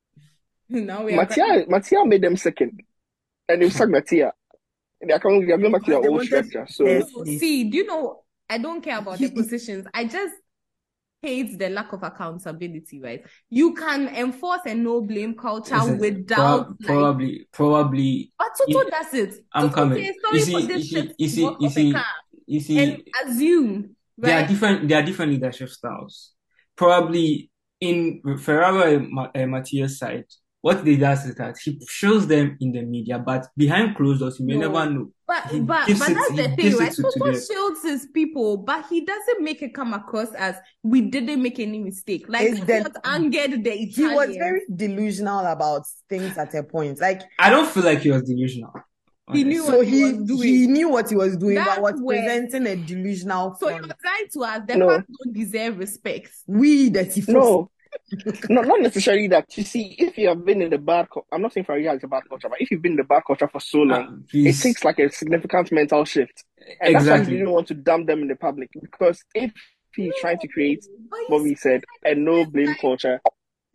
B: now we are
E: Mattia, Mattia made them second, and they sacked Mattia. They are coming. They are going back to
C: But
E: their
C: they
E: old
C: wanted
E: structure. So
C: their-
B: No, see, do you know? I don't care about the positions. I just hate the lack of accountability, right? You can enforce a no blame culture
D: It's a-
B: without
D: prob-
B: like,
D: probably probably
B: but Toto
D: You-
B: does it.
D: I'm
B: Toto
D: coming.
B: says,
D: You
B: sorry
D: see,
B: for
D: you
B: this
D: see,
B: shit,
D: you see,
B: walk
D: you
B: off
D: see,
B: a car
D: you
B: and
D: see,
B: assume,
D: there are
B: right?
D: different there are different leadership styles. Probably in Ferraro and Ma- and Mattia's side, what he does is that he shows them in the media, but behind closed doors, you may
B: No.
D: never know.
B: But
D: He
B: but
D: gives
B: but
D: it
B: that's
D: he
B: the thing,
D: gives
B: right?
D: it to, to
B: Toto
D: the
B: shields his people, but he doesn't make it come across as we didn't make any mistake. Like
C: It's
B: that's
C: the-
B: what angered the
C: He was
B: Italians.
C: very delusional about things at a point. Like
D: I don't feel like he was delusional.
B: He knew
D: honestly.
C: so
B: what he
C: he
B: was doing.
C: he knew what he was doing,
B: That's
C: but was
B: where-
C: presenting a delusional
B: So you're
C: front.
B: saying to us the
E: No.
B: fans don't deserve respect.
C: We dirty folks.
E: no, no, not necessarily that. You see, if you have been in the bad, cul- I'm not saying Faria is a bad culture, but if you've been in the bad culture for so long,
D: Ah,
E: it
D: please,
E: takes like a significant mental shift, and that's why he
D: exactly.
E: didn't want to dump them in the public because if he's trying to create
B: But
E: what
B: you
E: we said a no blame
B: Like-
E: culture,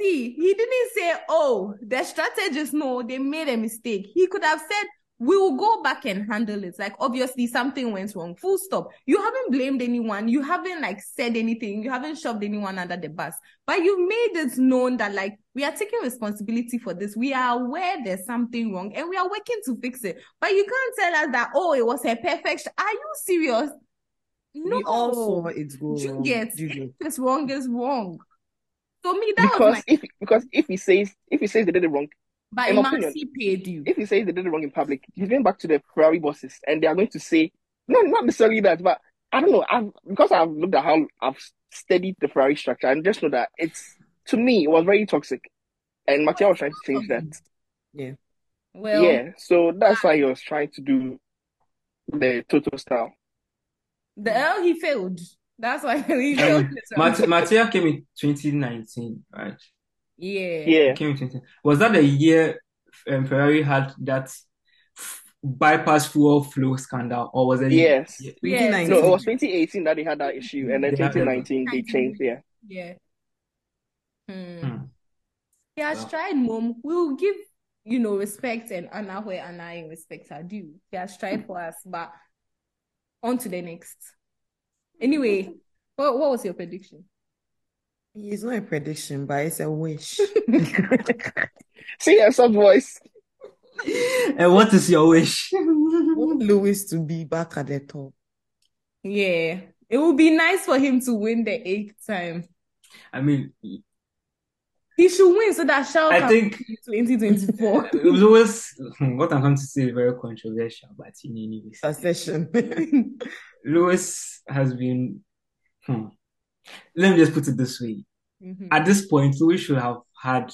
B: see, he didn't say, "Oh, the strategists no, they made a mistake." He could have said, "We will go back and handle it." Like obviously something went wrong. Full stop. You haven't blamed anyone. You haven't like said anything. You haven't shoved anyone under the bus. But you made it known that like we are taking responsibility for this. We are aware there's something wrong and we are working to fix it. But you can't tell us that, "Oh, it was a perfection." Are you serious? No.
C: We all
E: oh,
C: saw it go
B: You
C: wrong.
B: get
C: You get.
B: What's wrong is wrong. So me, that was
E: because
B: my.
E: if because if he says if he says they did it wrong,
B: But
E: in my opinion,
B: Imansi paid you.
E: if you say they did it wrong in public, he's going back to the Ferrari bosses and they are going to say, no, not necessarily that, but I don't know. I've, because I've looked at how I've studied the Ferrari structure and just know that it's, to me, it was very toxic. And Mattia was trying to change that.
B: Well,
E: yeah, so that's why he was trying to do the total style.
B: the L he failed. That's why he
D: I
B: failed.
D: mean,
B: this round.
D: Mat- Mattia came in 2019, right?
B: yeah.
E: Yeah.
D: Came in 2019. Was that the year um, Ferrari had that f- bypass fuel flow scandal, or was it?
E: Yes.
D: Yeah,
B: Yes.
E: No, it
C: 2019.
E: was 2018 that they had that issue, and then
D: They had a-
E: 2019 they changed. Yeah.
B: Yeah. Hmm.
D: Hmm.
B: He has
D: Well.
B: tried, Mom. We'll give you know respect and honor where honor and respect are due. He has tried for us, but on to the next. Anyway, what what was your prediction?
C: It's not a prediction, but it's a wish.
E: See, yeah, soft voice.
D: And what is your wish?
C: want Lewis to be back at the top.
B: Yeah, it would be nice for him to win the eighth time.
D: I mean,
B: He should win so that Shao
D: I
B: can
D: think
B: win 2024.
D: it was always what I'm going to say is very controversial, but in any case,
C: Succession.
D: Lewis has been. Hmm. Let me just put it this way.
B: Mhm,
D: At this point, Lewis should have had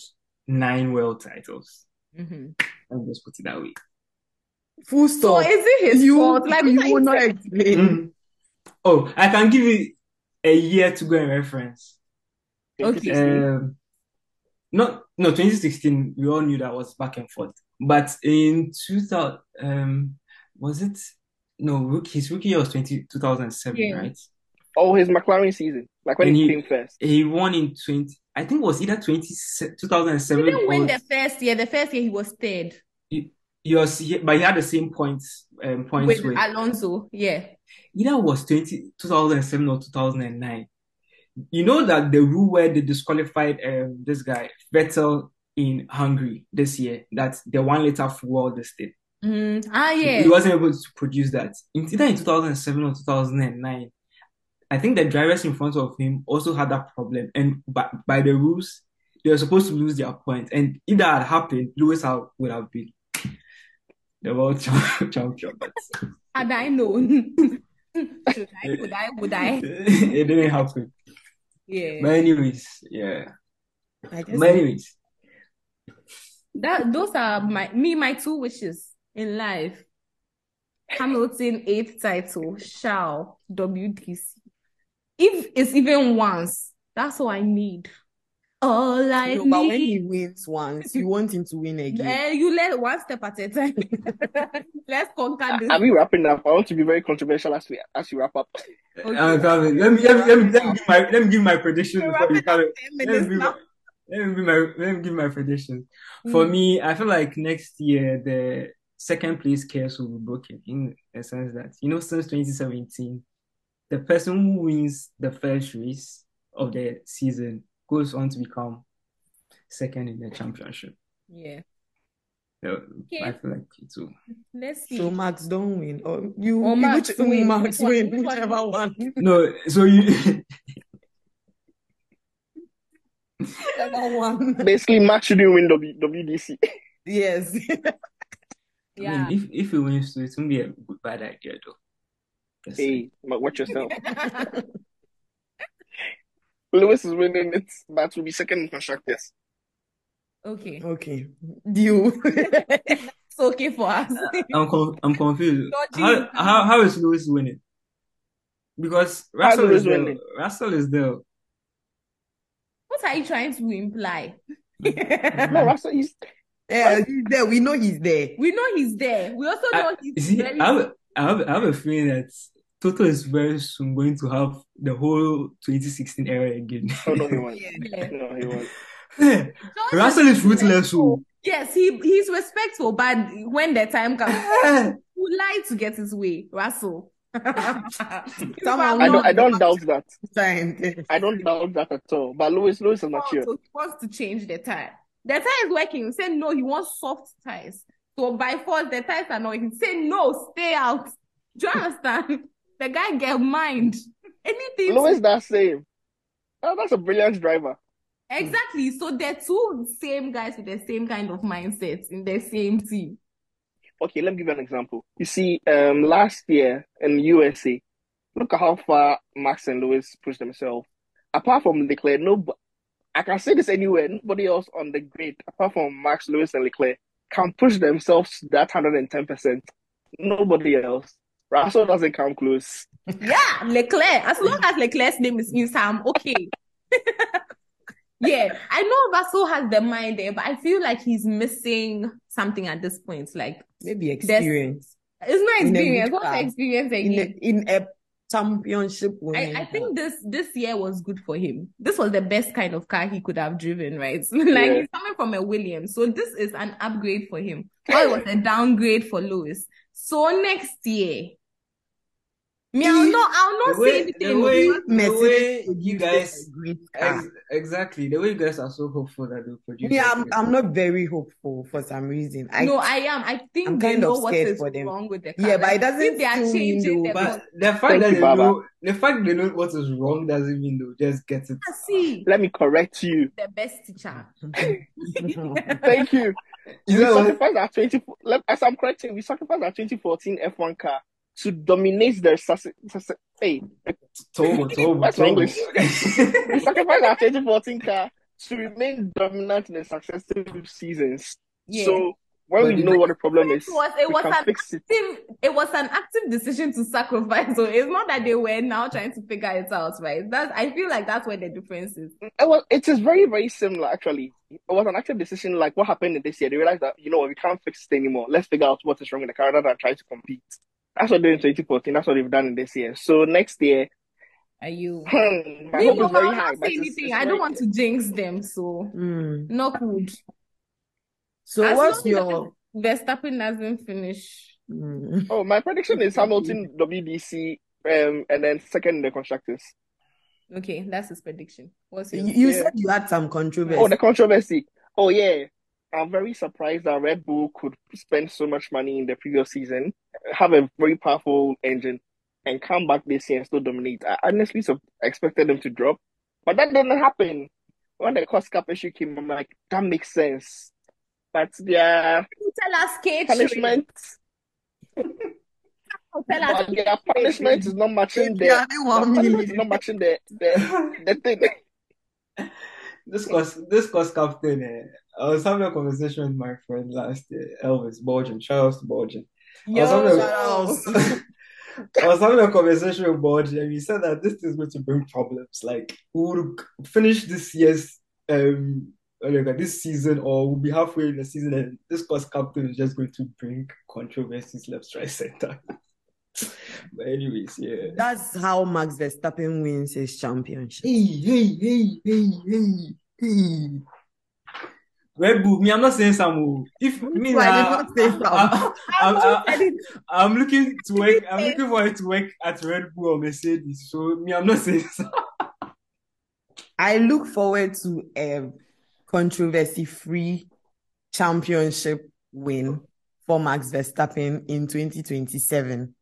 D: nine world titles.
B: mhm.
D: Let me just put it that way.
C: Full
B: So
C: stop.
B: is it his
C: you
B: fault? Like
C: you
B: what are you
C: will not
B: saying?
C: explain.
D: Mm. Oh, I can give you a year to go and reference.
B: Okay.
E: 2016.
D: Um, not no 2016. We all knew that was back and forth. But in 2000, um, was it? No, rook- his rookie year was 20, 2007,
B: Yeah.
D: right?
E: Oh, his McLaren season, like when
D: And
E: he
D: he
E: came first.
D: he won in 20. I think it was either 20, se-
B: He
D: 2007
B: didn't win
D: or
B: the first year. The first year he was third
D: he, he was, he- but he had the same points um, points
B: with
D: with
B: Alonso. Yeah.
D: either it was 20, 2007 or 2009. You know that the rule where they disqualified um, this guy, Vettel, in Hungary this year, that the one liter fuel this thing.
B: Mm, Ah,
D: He
B: yeah.
D: wasn't able to produce that. In, either in 2007 or 2009, I think the drivers in front of him also had that problem. And by, by the rules, they were supposed to lose their point. And if that had happened, Lewis have- would have been the world champ- champion. But
B: Had I known, should I? Could I? Would I?
D: it didn't happen. But
B: Yeah.
D: anyways, yeah.
C: I guess
D: But anyways,
B: That those are my me my two wishes in life. Hamilton eighth title, Shao WTC. If it's even once, that's all I need. All I
C: No, but when
B: need.
C: he wins once, you want him to win again.
B: Eh, you let one step at a time. Let's conquer this.
E: Are we wrapping up? I want to be very controversial as we as we wrap up.
B: Okay.
D: Uh, Calvin, let me let me let me let me give my let me give my prediction
B: We're
D: before you
B: wrapping up
D: come.
B: ten
D: Let me
B: minutes
D: give
B: now. Mm.
D: my let me give my let me give my prediction. For me, I feel like next year the second place curse will be broken in the sense that you know since 2017, the person who wins the first race of the season goes on to become second in the championship.
B: Yeah.
D: So
B: Okay.
D: I feel like it's will.
B: Let's see.
C: So Max don't win, or you,
B: Or
C: you
B: Max
C: which,
B: win.
C: Max
B: Which one-
C: win,
B: which one
C: whichever
B: wins?
C: one.
D: No, so you
C: Whichever one.
E: Basically, Max shouldn't win w- WDC.
C: Yes.
D: I mean
B: yeah.
D: if if he wins, so it won't be a good bad idea though. Just saying.
E: Hey, ma- watch yourself. Lewis is winning it, but will be second in constructors.
B: okay.
C: Okay. Deal.
B: It's okay for us.
D: I'm conf- I'm confused.
B: Dodgy
D: How
B: reason.
D: how how is Lewis winning? Because
E: How's
D: Russell
E: Lewis
D: is there.
E: winning?
D: Russell is there.
B: what are you trying to imply?
E: No, Russell is.
C: Yeah, he's there. We know he's there.
B: We know he's there. We also know he's
D: You see,
B: very
D: I have, I have I have a feeling that Toto is very soon going to have the whole 2016 era again.
E: Oh no, he won.
B: yeah.
E: No, he won.
B: George
D: Russell is ruthless.
B: respectful.
D: oh.
B: Yes, he he's respectful, but when the time comes, he
D: Eh,
B: would like to get his way, Russell. if
C: Someone
B: I'm
E: I
B: not
E: don't. I
C: won.
E: don't doubt that.
C: Time.
E: I don't doubt that at all. But Lewis, Lewis is
B: wrong,
E: mature.
B: so he wants to change the tie. The tie is working. He said no, he wants soft ties. So by force, the ties are not working. He said no, stay out. Do you understand? The guy get mind. Anything to
E: Lewis that same. Oh, that's a brilliant driver.
B: Exactly. So they're two same guys with the same kind of mindset in the same team.
E: Okay, let me give you an example. You see, um, last year in USA, look at how far Max and Lewis pushed themselves. Apart from Leclerc, no, I can say this anywhere. Nobody else on the grid, apart from Max, Lewis, and Leclerc, can push themselves to that hundred and ten percent. Nobody else. Russell doesn't come close.
B: Yeah, Leclerc. As long as Leclerc's name is in Sam, okay. Yeah, I know Russell has the mind there, but I feel like he's missing something at this point. Like
C: Maybe experience.
B: it's not
C: In a good
B: experience. What's
C: car.
B: experience
C: In a,
B: again?
C: in a championship winning
B: I, I
C: car.
B: think this this year was good for him. This was the best kind of car he could have driven, right? like
E: Yeah.
B: he's coming from a Williams, so this is an upgrade for him. Or it was a downgrade for Lewis. So next year, me, I'll
C: If-
B: not I'll
D: The
B: not say
D: way the
B: anything. no,
D: way
B: because
C: If
D: the
C: Mercedes
D: way
C: produces
D: you guys
C: a great car.
D: ex- exactly the way you guys are so hopeful that they'll produce
C: Me,
D: a
C: I'm
D: great
C: I'm not very hopeful for some reason. I
B: No, I am. I
C: I'm
B: think they
C: kind
B: know
C: of
B: what
C: scared
B: is
C: for them.
B: wrong with the car.
C: Yeah, but
B: Like,
C: it doesn't
B: if they are
C: still mean
B: changing
C: though.
B: the
C: But
D: But
B: con-
D: the fact
E: Thank
D: that
E: you,
D: they
E: Baba.
D: know the fact they know what is wrong doesn't mean they'll just get it.
B: I see
E: Let me correct you.
B: the best teacher.
E: Thank you.
D: You
E: We
D: know what?
E: sacrificed our 20, let- as I'm correcting, we sacrificed our 2014 F1 car to dominate the, sus- sus- hey,
D: Togo, Togo,
E: where's my
D: Togo.
E: English? We sacrificed our 2014 car to remain dominant in the successive seasons.
B: Yeah.
E: So when
D: But
E: we
D: did
E: know what the problem
B: It
E: is,
B: was it
E: we
B: was
E: can
B: an
E: fix it.
B: active it was an active decision to sacrifice. So it's not that they were now trying to figure it out, right? That's I feel like that's where the difference is.
E: It was, it is very, very similar, actually. It was an actual decision, like what happened in this year. They realized that, you know what, we can't fix it anymore. Let's figure out what is wrong with the car rather than try to compete. That's what they did in 2014. That's what they've done in this year. So next year,
B: Are you?
E: my
B: Me,
E: hope
B: oh,
E: is
B: I'll
E: very
B: not
E: high, but
B: say
E: it's,
B: anything.
E: it's
B: I don't
E: very
B: want to jinx them, so
C: Hmm.
B: knock wood.
C: So
B: As
C: what's
B: long
C: your
B: as Verstappen doesn't finish,
C: Hmm.
E: Oh, my prediction is Hamilton, WDC, um, and then second in the constructors.
B: okay, that's his prediction. What's
C: you,
B: yours?
C: hmm, you
E: Yeah.
C: said you had some
E: Oh, the
C: controversy.
E: controversy. Oh, yeah. I'm very surprised that Red Bull could spend so much money in the previous season, have a very powerful engine, and come back this year and still dominate. I honestly sup- expected them to drop, but that didn't happen. When the cost cap issue came, I'm like, that makes sense. But their
B: You tell us K train.
E: punishment,
B: Oh, Tell us
E: but their
B: K
E: punishment is
B: train.
E: not matching the their punishment is not matching the the the thing.
D: This course, this course captain. Eh, I was having a conversation with my friend last year, Elvis Borgin, Charles Borgin. I was having a,
B: Yo.
C: Charles.
D: I was having a conversation with Borgin, and he said that this is going to bring problems. Like we would finish this year's um what do you call it, this season or we'll be halfway in the season and this course captain is just going to bring controversies left, right, center. but anyways, yeah.
C: That's how Max Verstappen wins his championship.
D: Hey, hey, hey, hey, hey, hey. Red Bull, me, I'm not saying some. oh. If me,
C: Why
D: nah,
C: did not say
D: I'm, I'm,
B: I
D: I'm, I'm looking to work. I'm looking for it to work at Red Bull or Mercedes. So me, I'm not saying some.
C: I look forward to a controversy-free championship win for Max Verstappen in 2027.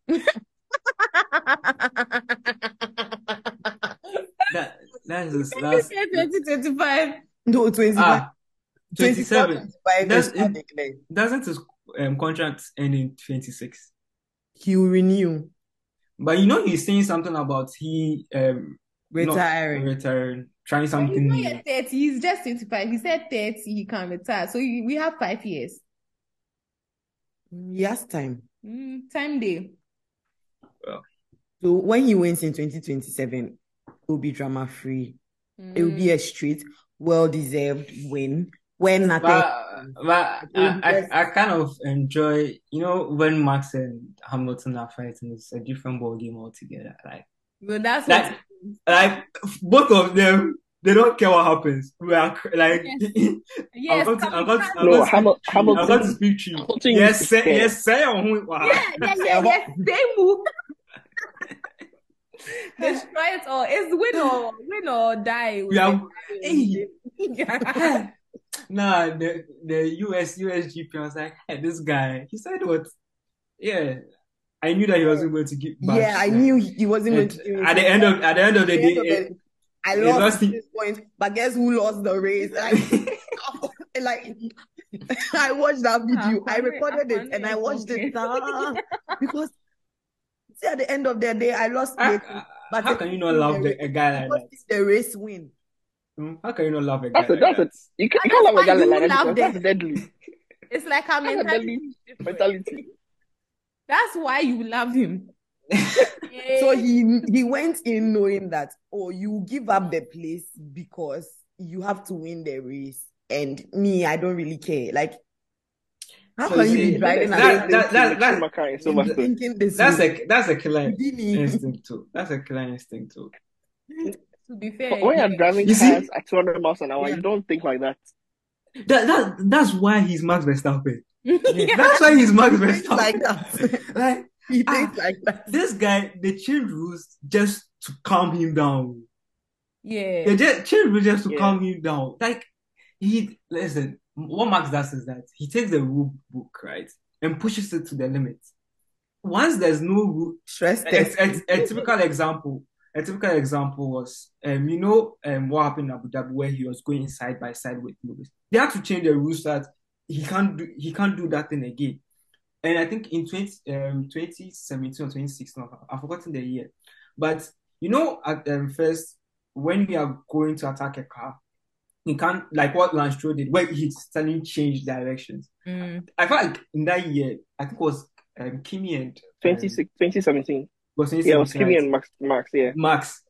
D: That, that's just,
B: You
D: that's
B: said 2025.
C: No, 25,
D: ah,
C: 24,
D: 27.
C: 25
D: That's
C: is
D: it.
C: what they claim.
D: Doesn't his um, contract end in 26?
C: He will renew,
D: But you know he's saying something about he um not
C: retiring.
D: retiring, trying
B: He's
D: something
B: not
D: new.
B: yet 30. He's just 25. He said 30. He can retire. So you- we have five years.
C: He has time.
B: Mm, time day.
C: So when he wins in 2027, it will be drama-free. It
B: Hmm.
C: will
D: Mm.
C: be a straight, well-deserved win. When nothing.
D: But but I, I,
C: Yes.
D: I kind of enjoy you know when Max and Hamilton are fighting, it's a different ball game altogether. Like
B: Well, that's what
D: like like both of them, they don't care what happens. We are cr- like
B: yes,
D: I'm going to I'm going to
B: Kamikaze.
D: I'm
E: No,
D: going to
E: Hamil-
D: speak tree. I'm going to speak
E: Hamilton-
D: tree.
E: Hamilton
D: Yes,
E: is
D: say,
E: fair.
D: yes, say on ah,
B: yeah, yeah, yeah, yes. They move. Destroy it all. It's win or win or die.
D: We are
B: Hey.
D: Nah, the the US USGP. I was like, hey, this guy. He said what? Yeah, I knew that he wasn't going to give back.
C: yeah, I knew he he wasn't going
D: And
C: to do it.
D: at the end of at the end of the
C: At the end
D: day, eh,
C: of
D: it-
C: it, I
D: it
C: lost
D: lost
C: at
D: it.
C: this point, but guess who lost the race? Like, like I watched that video. I
B: Akwane-
C: recorded it and I
B: Akwane
C: watched it
B: is
C: ah, because see, at the end of the day, I lost it.
D: how,
C: But
D: Ah, how
C: it-
D: can you not love the, a guy
C: because
D: like
C: it's the race win.
D: that? Hmm? How can you not love a guy
E: That's it.
D: like
E: That's
D: that?
E: it. You can't, you
B: That's
E: can't love
B: why
E: a guy like
B: you
E: that
B: love
E: because that's
B: them.
E: deadly.
B: It's like our
E: That's a
B: mentality
E: deadly
B: is different.
E: mentality.
B: That's why you love him.
C: So
B: Yeah.
C: he he went in knowing that oh you give up the place because you have to win the race. And me, I don't really care. Like how
D: So
C: can
D: you
C: you be
D: see,
C: driving
D: that-
C: at
E: Same
C: this
D: that- that-
E: thing to Mick
D: that-
E: Schumacher and
D: that-
C: and
E: Silverstone.
C: thinking this
D: That's
C: will
D: a that's a killer
C: be me?
D: instinct too. That's a killer instinct too.
B: To be fair,
E: When you're
B: yeah.
E: driving
D: You see,
E: cars at 200 miles an hour,
C: Yeah.
E: you don't think like that.
D: that that that's why he's Max Verstappen.
C: Yeah.
D: That's why he's Max
C: Things like
D: Verstappen.
C: that.
D: Like
C: He
D: Ah.
C: thinks like that.
D: this guy, they changed rules just to calm him down. They
B: Yeah.
D: just changed rules just to
E: Yeah.
D: calm him down. Like he listen, what Max does is that he takes the rule book, right, and pushes it to the limit. Once there's no rule,
C: Stress
D: a,
C: test.
D: a, a typical example, a typical example was, um, you know, um, what happened in Abu Dhabi where he was going side by side with Lewis. They had to change the rules that he can't do, he can't do that thing again. And I think in 20, um, 2017 or 2016, I've- I've forgotten the year. But you know, at um, first, when we are going to attack a car, you can't, like what Lance Stroll did, where he suddenly changed directions.
B: Mm.
D: I felt like in that year, I think it was um, Kimi and um,
E: 26, 2017.
D: it was
E: Yeah, it was
D: 2017,
E: Kimi
D: right?
E: and Max. Max, yeah.
D: Max.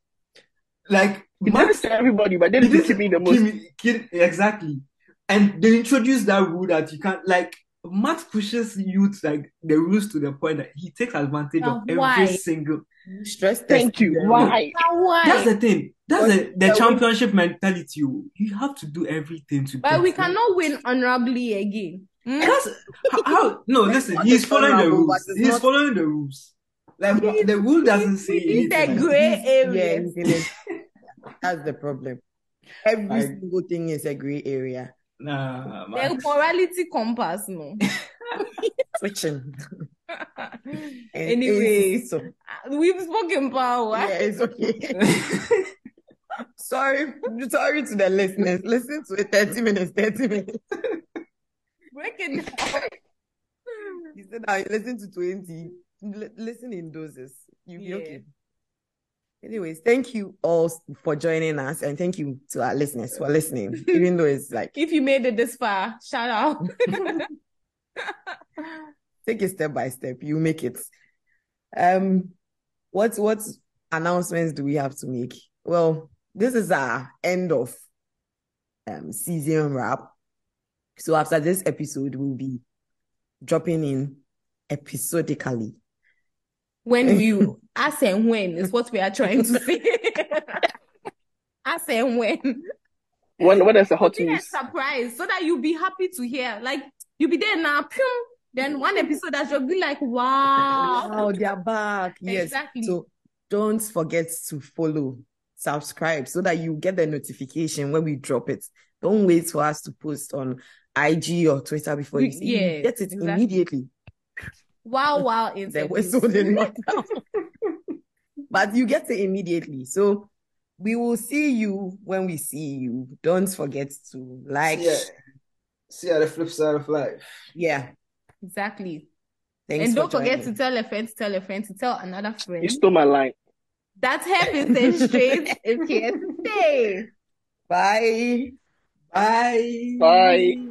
D: Like,
E: He did it
D: Max
E: to everybody, but then
D: it
E: he
D: is
E: Kimi the most.
D: Kimi, Kimi, exactly. And they introduced that rule that you can't like Max pushes you to like the rules to the point that he takes advantage of
B: Now
D: every
B: why?
D: single.
C: Stress test.
E: Thank you. Why?
B: Now
D: That's
B: why?
D: the thing. That's
C: Because
D: the, the
C: the win-
D: championship mentality. oh. You have to do everything to
B: But
D: get
B: we
D: there.
B: cannot win honorably again.
D: And
B: Mm?
D: that's how, how no,
C: It's
D: listen,
C: not the
D: he's following the
C: honorable, but
D: rules.
C: it's
D: He's
C: not.
D: following the rules. Like
B: He's,
D: the rule
B: he's
D: doesn't say
B: within
D: anything
B: the
D: like
B: gray
C: He's, yeah,
B: areas.
C: he's in it. That's the problem. Every
D: like
C: single thing is a gray area.
D: nah
B: The
D: Max.
B: morality compass, no.
C: Switching and
B: Anyway,
C: so
B: we've spoken power.
C: yeah, it's okay. Sorry, sorry to the listeners. Listen to it 30 minutes, 30 minutes.
B: Break it down.
C: You said I listen to 20. L- listen in doses. You'll be
B: Yeah.
C: okay. Anyways, thank you all s- for joining us and thank you to our listeners for listening, even though it's like
B: If you made it this far, shout out.
C: take it step by step, you make it. Um, what what announcements do we have to make? Well, this is our end of um, season wrap. So after this episode, we'll be dropping in episodically.
B: When you as and when is what we are trying to say. as and when.
E: When when is the hot
B: Be a
E: news?
B: surprise so that you'll be happy to hear. Like you'll be there now. Pum, then one episode that you'll be like, wow.
C: Wow, they are back. Yes.
B: Exactly.
C: So don't forget to follow, subscribe so that you get the notification when we drop it. Don't wait for us to post on IG or Twitter before you
B: We-
C: see you
B: yeah,
C: get it
B: exactly.
C: immediately.
B: Wow, wow,
C: Then
B: insect
C: we're
B: news.
C: sold in lockdown. but you get it immediately. So we will see you when we see you. Don't forget to like.
D: Yeah. See ya, the flip side of life.
C: Yeah.
B: Exactly.
C: Thanks
B: and
C: for
B: don't forget
C: joining.
B: to tell a friend to tell a friend to tell another friend.
E: You stole my line.
B: That happens in straight is here to stay.
C: Bye.
D: Bye.
E: Bye.